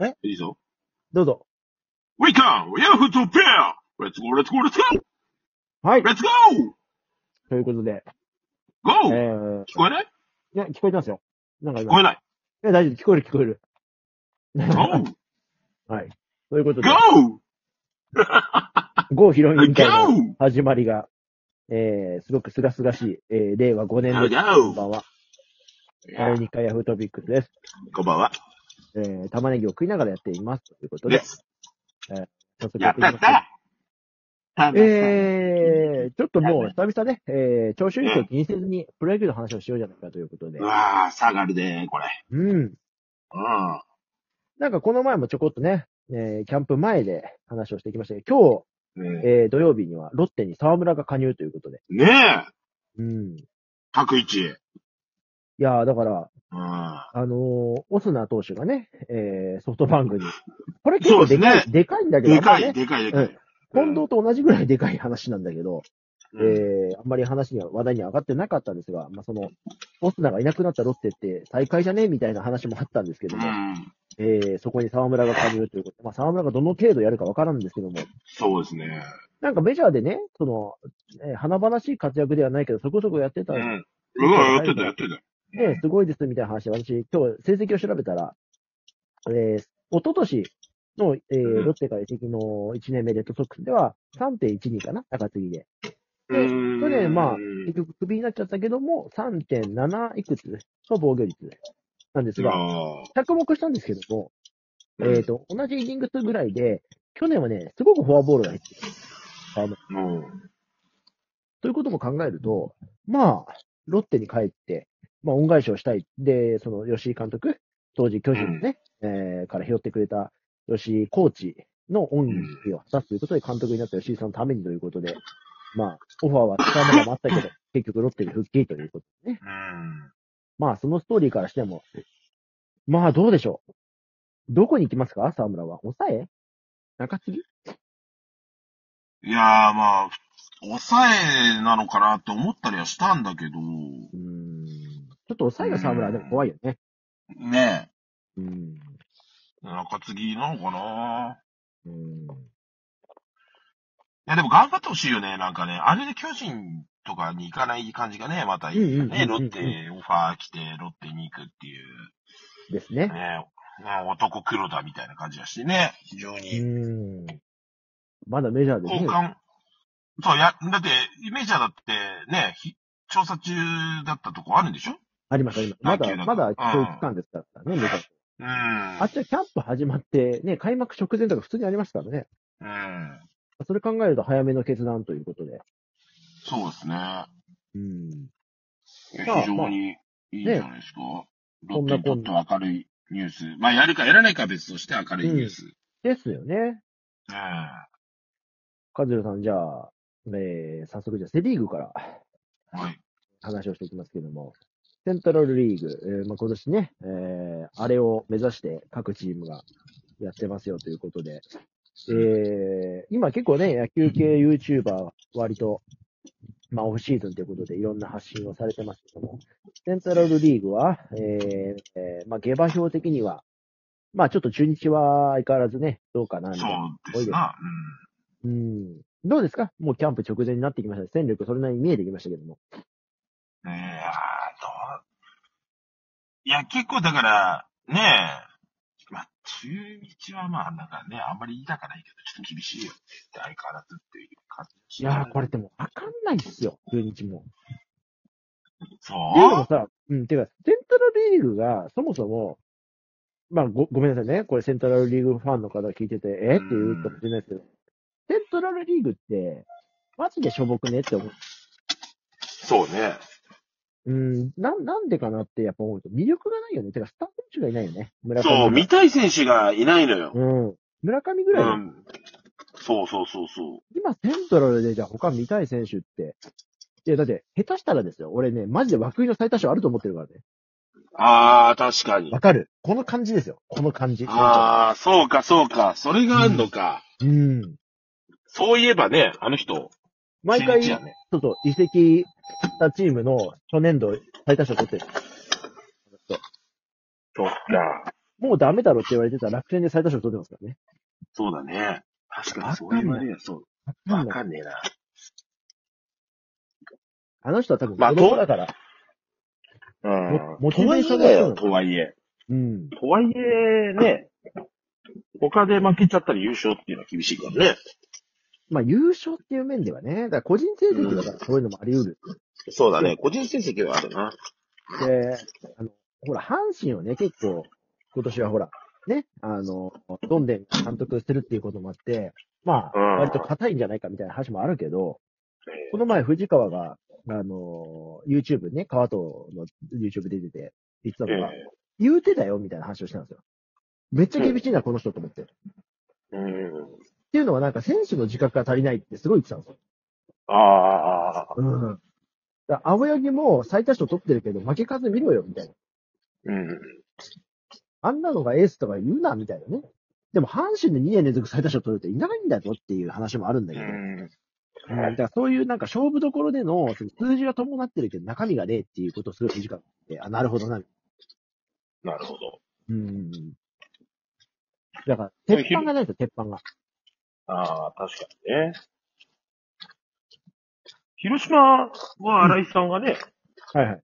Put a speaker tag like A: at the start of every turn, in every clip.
A: え
B: いいぞ。
A: どうぞ。
B: We come! We have to pair! Let's go, let's go, let's go!
A: はい。
B: Let's go!
A: ということで、え
B: Go!
A: ー、
B: 聞こえない
A: いや、聞こえてますよ。なんか
B: 聞こえな
A: 今、い
B: い。
A: や、大丈夫、聞こえる、聞こえる。
B: Go!
A: はい。ということで、
B: Go!
A: ゴーヒロイン会の
B: Go!
A: 始まりが、えー、すごくすがすがしい、えー、令和5年です。こんば
B: Go!
A: んは。第2回ヤフートピックスです。
B: こんばんは。
A: えー、玉ねぎを食いながらやっています。ということで
B: で、す。
A: 早速
B: や
A: や
B: っ
A: って
B: た
A: い
B: や
A: き
B: っ
A: ましょう。
B: た
A: えー、ちょっともう久々ね、えー、聴取率を気にせずにプロ野球の話をしようじゃないかということで
B: う。わぁ、下がるで、これ。
A: うん。
B: うん。
A: なんかこの前もちょこっとね、えー、キャンプ前で話をしてきましたけど、今日、
B: ね
A: えー、土曜日にはロッテに沢村が加入ということで。
B: え、ねえ
A: うん。い
B: 各一。
A: やー、だから、
B: うん。
A: あのー、オスナ投手がね、えー、ソフトバンクに。これ結構でか
B: そ
A: い、
B: うです
A: でかいんだけど、
B: でか
A: あんま
B: い、
A: ね。
B: でかい、でかい。
A: 近藤と同じぐらいでかい話なんだけど、
B: うん
A: えー、あんまり話には、話題には上がってなかったんですが、まあ、その、オスナがいなくなったロッテって最下位じゃねみたいな話もあったんですけ
B: う
A: ども、
B: ん。
A: えー、そこに沢村が加入ということで、まあ、沢村がどの程度やるかわからんですけども、
B: そうですね。
A: なんかメジャーでね、その、えー華々しい活躍ではないけど、そこそこやってた
B: うんん。うわ、やってた、やってた。
A: ね、すごいですみたいな話、私、今日成績を調べたら、えー、一昨年の、えー
B: うん
A: ロッテから移籍の1年目レッドソックスでは3.12かな、高継ぎで。
B: う
A: 去年まあ
B: うん
A: 結局クビになっちゃったけども、3.7いくつの防御率なんですが、
B: あ
A: 着目したんですけども、え
B: ー
A: っ、と、同じイニング数ぐらいで、去年はね、すごくフォアボールが入ってる。あの
B: うん。
A: ということも考えると、まあ、ロッテに帰って、まあ、恩返しをしたい。で、その、吉井監督、当時巨人のね、えー、から拾ってくれた吉井コーチの恩義を果たすということで、監督になった吉井さんのためにということで、まあ、オファーは使うものもあったけど、 結局ロッテに復帰ということでね。
B: うん。
A: まあ、そのストーリーからしても、まあ、どうでしょう。どこに行きますか沢村は。抑え中継ぎ
B: いやーまあ、抑えなのかなって思ったりはしたんだけど、
A: うーん。ちょっと抑えが沢村はでも怖いよね。
B: ね
A: うん。
B: え、中継ぎなのかな
A: うん。
B: いやでも頑張ってほしいよね、なんかね。あれで巨人とかに行かない感じがね、またいいよね。
A: うんうん
B: ロ
A: うんうん
B: ッテ、オファー来て、ロッテに行くっていう、
A: ですね。
B: ねえ、ね男黒田みたいな感じがしてね、非常
A: う
B: に。
A: ーんまだメジャーで
B: 交
A: ね。
B: 換、そう、や、だって、メジャーだってね、ひ調査中だったとこあるんでしょ
A: ありました、ありま
B: 野
A: だ、
B: 球だ
A: まだ
B: うん
A: 教育期間ですからね、メジャー
B: うん。
A: あっちはキャンプ始まって、ね、開幕直前とか普通にありますからね。
B: うん。
A: それ考えると早めの決断ということで。
B: そうですね。
A: うん。
B: いや
A: まあ
B: 非常にいいんじゃないですか。ロ
A: こん
B: ッ
A: な
B: テにとっては明るいニュース。まあ、やるかやらないかは別として明るいニュース。
A: ですよね。
B: うん。
A: カズルさん、じゃあ、えー、早速じゃあセリーグから
B: はい。
A: 話をしていきますけども。セントラルリーグ、えーまあ、今年ね、えー、あれを目指して各チームがやってますよということで、えー、今結構ね、野球系 YouTuber 割と、まあオフシーズンということでいろんな発信をされてますけども、セントラルリーグは、えーえーまあ下馬評的には、まあちょっと中日は相変わらずね、どうかなみ
B: そ
A: たいな。
B: うですな。
A: うん。どうですかもうキャンプ直前になってきましたね。戦力それなりに見えてきましたけども。
B: うん。いやーどういや、結構だから、ねえ。まあ、中日はまあ、なんかね、あんまり言いたくないけど、ちょっと厳しいよね。相変わらずっていう感じ。
A: いやー、これでもわかんないっすよ、中日も。っていうの
B: そ
A: もさ、うん、ていうか、セントラルリーグが、そもそも、まあご、ごめんなさいね。これ、セントラルリーグファンの方が聞いてて、えって言うかもしれないですけど、セントラルリーグって、マジでしょぼくねって思う。
B: うそうね。
A: うん、な、なんでかなってやっぱ思うと、魅力がないよね。てか、スター選手がいないよね。村上が。
B: そう、見たい選手がいないのよ。
A: うん。村上ぐ
B: う
A: らい、
B: ん。そうそうそうそう。
A: 今、セントラルで、じゃあ他見たい選手って、いや、だって、下手したらですよ。俺ね、マジで枠井の最多勝あると思ってるからね。
B: ああ、確かに
A: わ。かる。この感じですよ。この感じ。
B: ああ、そうか、そうか。それがあんのか。
A: うん。
B: そういえばね、あの人、
A: 毎
B: 新
A: 回、
B: 日や
A: ち
B: ね。
A: ょっと移籍したチームの初年度最多勝取ってる。
B: そっか。
A: もうダメだろって言われてたら楽天で最多勝取ってますからね。
B: そうだね。確かにそう言われりゃそう。わかんねえな。
A: あの人は多分、
B: まあ
A: 子供だから。
B: うん
A: モチ
B: と
A: ベ
B: は
A: ー
B: い
A: ション
B: え
A: が
B: だ
A: そうなの
B: よ、とはいえ。
A: うん。
B: とはいえ、ね。他で負けちゃったら優勝っていうのは厳しいからね。
A: まあ、優勝っていう面ではね、だから個人成績だからそういうのもあり得る。
B: そうだね。個人成績はあるな。
A: で、あの、ほら、阪神をね、結構、今年はほら、ね、あの、どんでん監督してるっていうこともあって、まあ、
B: うん
A: 割と硬いんじゃないかみたいな話もあるけど、
B: え
A: この前、藤川が、あの、YouTube ね、川藤の YouTube で出てて、言ってた
B: え
A: のが、言うてだよみたいな話をしたんですよ。めっちゃ厳しいな、この人と思って。っ
B: うん。
A: ていうのはなんか選手の自覚が足りないってすごい言ってたんですよ。
B: ああ。
A: うん。だから青柳も最多勝取ってるけど、負け数見ろよ、みたいな。
B: うん。
A: あんなのがエースとか言うな、みたいなね。でも、阪神で2年連続最多勝取るっていないんだぞっていう話もあるんだけど。うんだからそういうなんか勝負どころでのその数字が伴ってるけど中身がねえっていうことをすごい短くて、あ、なるほどな。
B: なるほど。
A: うん。だから、鉄板がないと、鉄板が。
B: ああ、確かにね。広島は新井さんがね、
A: はいはい。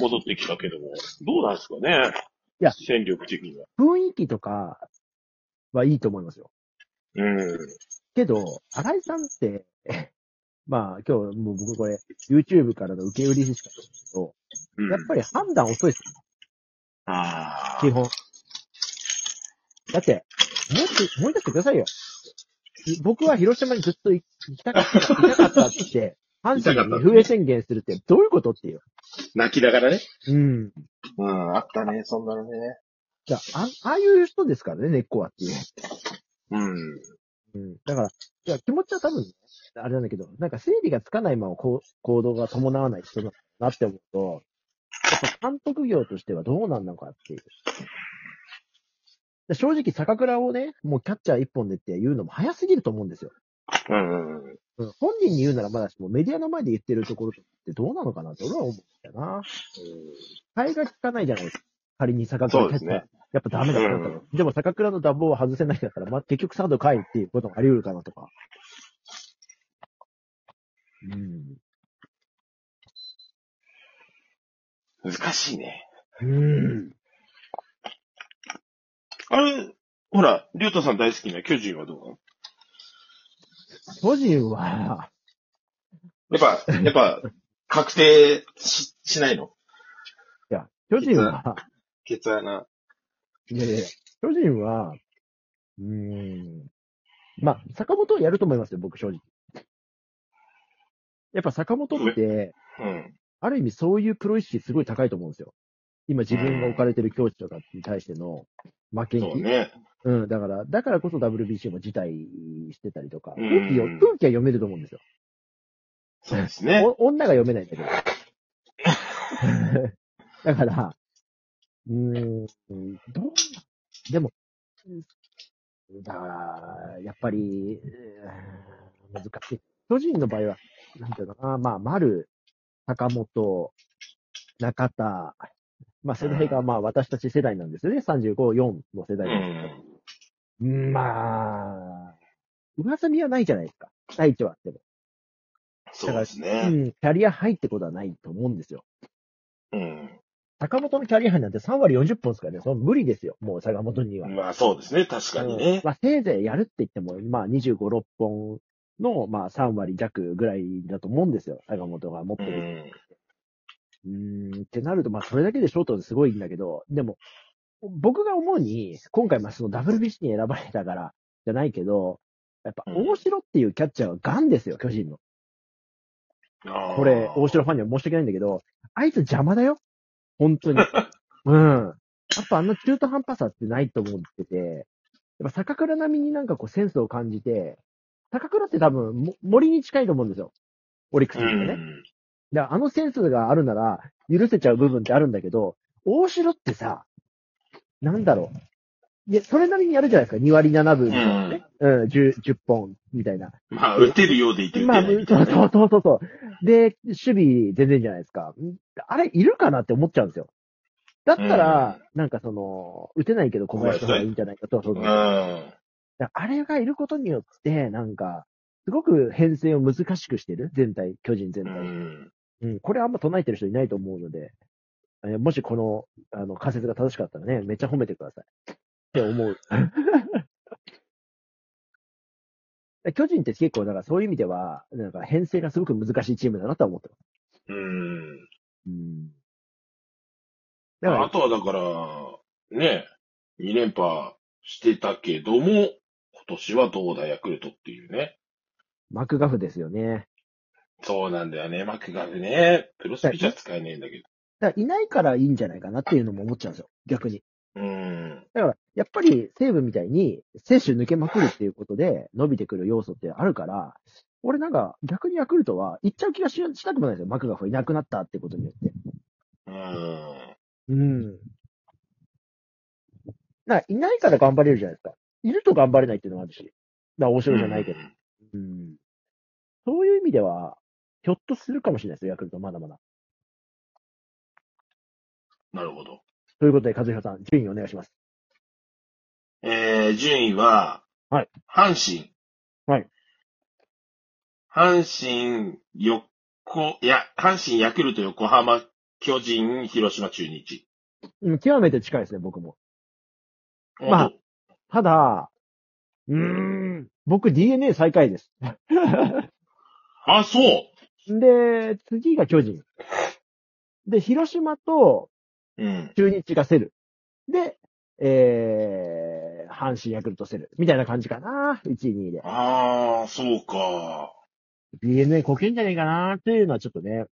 B: 戻ってきたけども、どうなんですかね。
A: いや
B: 戦力的には。
A: 雰囲気とかはいいと思いますよ。
B: うん。
A: けど、新井さんって、 まあ今日もう僕これ YouTube からの受け売りしかないんですけど、
B: うん、
A: やっぱり判断遅いです、
B: ああ
A: 基、本。だって、もっと思い出してくださいよ。僕は広島にずっと行きたかった、行きたかったって、阪神が二風宣言するってどういうことっていう。
B: 泣きながらね。
A: うん。
B: うん、あったね、そんなのね。
A: じゃあ、あああいう人ですからね、根っこはっていう。
B: うん。
A: うんだから、いや、気持ちは多分ね、あれなんだけど、なんか整理がつかないままこう行動が伴わない人だなって思うと、やっぱ監督業としてはどうなんのかっていう。で正直、坂倉をね、もうキャッチャー一本でって言うのも早すぎると思うんですよ。
B: うん。うん
A: うん本人に言うならまだしも、メディアの前で言ってるところってどうなのかなって俺は思うんだよな。替えが効かないじゃないですか。仮に坂倉
B: そうですね
A: キャッチャーやっぱダメだったら、
B: うん
A: でも坂倉の打棒は外せないんだから、まあ、結局サード回っていうこともあり得るかなとか。うん。
B: 難しいね。
A: うん。
B: あれ、ほら、りゅうたさん大好きな巨人はどうなの
A: 巨人は、
B: やっ ぱ、やっぱ、確定し、しないの
A: いや、巨人は、
B: 決穴。
A: いやいやいや巨人は、うーん。まあ、坂本はやると思いますよ、僕正直。やっぱ坂本って、
B: うん。
A: ある意味そういうプロ意識すごい高いと思うんですよ。今自分が置かれてる境地とかに対しての負けん気。
B: そうね。
A: うん、だから、だからこそ WBC も辞退してたりとか、
B: うん
A: 空気よ空気は読めると思うんですよ。
B: そうですね。
A: お女が読めないん だけど。だから、うーん、どうでも、だから、やっぱり、うーん難しい。巨人の場合は、なんていうのかな、まあ、丸、坂本、中田、まあ、世代が、まあ、私たち世代なんですよね。35、4の世
B: う
A: 代なんですけど
B: ん。
A: うんまあ、上積みはないじゃないですか。第一はあっても。
B: そうです
A: う
B: ね。
A: ん、キャリアハイってことはないと思うんですよ。
B: うん。
A: 坂本のキャリアハイなんて3割40本ですからね、その無理ですよ。もう坂本には。
B: まあそうですね、確かに
A: うん
B: ね。
A: まあ、せいぜいやるって言っても、まあ25、6本の、まあ3割弱ぐらいだと思うんですよ。坂本が持って
B: う
A: る。
B: ん。
A: うーん、ってなると、まあそれだけでショートですごいんだけど、でも、僕が思うに、今回まあその WBC に選ばれたから、じゃないけど、やっぱ大城っていうキャッチャーはガンですよ、巨人の。
B: あー
A: これ、大城ファンには申し訳ないんだけど、あいつ邪魔だよ。本当に。うん。やっぱあの中途半端さってないと思ってて、やっぱ坂倉並みになんかこうセンスを感じて、坂倉って多分も森に近いと思うんですよ。オリックス
B: う
A: ってね。
B: ん。
A: だからあのセンスがあるなら許せちゃう部分ってあるんだけど、大城ってさ、なんだろう。いや、それなりにやるじゃないですか。2割7分みたいなね。うん、10、10本みたいな。
B: まあ、打てるようでいて打て
A: まあ、
B: な
A: そ
B: いみたいうなね。
A: そうそうそうそう。で、守備全然じゃないですか。あれ、いるかなって思っちゃうんですよ。だったら、なんかその、打てないけど小林とかがいいんじゃないかと、そう
B: う
A: そ
B: ん。
A: う
B: うん。
A: だからあれがいることによって、なんか、すごく編成を難しくしてる全体、巨人全
B: う
A: 体。
B: ん。
A: うん、これあんま唱えてる人いないと思うので、えもしこの、あの、仮説が正しかったらね、めっちゃ褒めてください。って思う。 巨人って結構、だからそういう意味では、なんか編成がすごく難しいチームだなとは思ってます。
B: うん。
A: うん。だか
B: あ
A: ら、
B: とはだから、ね、2連覇してたけども、今年はどうだヤクルトっていうね。
A: マクガフですよね。
B: そうなんだよね、マクガフね。プロスピじゃ使えねえんだけど。
A: だからいないからいいんじゃないかなっていうのも思っちゃうんですよ、逆に。
B: うん。
A: だから、やっぱり西武みたいに、選手抜けまくるっていうことで、伸びてくる要素ってあるから、俺なんか、逆にヤクルトは、行っちゃう気がししたくもないですよ。マクガフいなくなったってことによって。
B: うん。
A: うん。な、いないから頑張れるじゃないですか。いると頑張れないっていうのもあるし。だから面白いじゃないけど。うん。そういう意味では、ひょっとするかもしれないですよ、ヤクルト、まだまだ。
B: なるほど。
A: ということで、和弘さん、順位お願いします。
B: えー、順位は、
A: はい。
B: 阪神。
A: はい。
B: 阪神、横、いや、阪神、ヤクルト、横浜、巨人、広島、中日。
A: うん、極めて近いですね、僕も。まあ
B: あ、
A: ただ、うーん、僕 DNA 最下位です。
B: あ、そ
A: で、次が巨人。で、広島と
B: ううん。
A: 中日がセル。で、えー、阪神ヤクルトセル。みたいな感じかな。1位、2位で。
B: ああ、そうか。
A: DNA こけんじゃねえかなっていうのはちょっとね、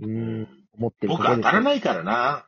A: うーん、思ってる
B: 僕
A: ところ
B: 当
A: です
B: たらないからな。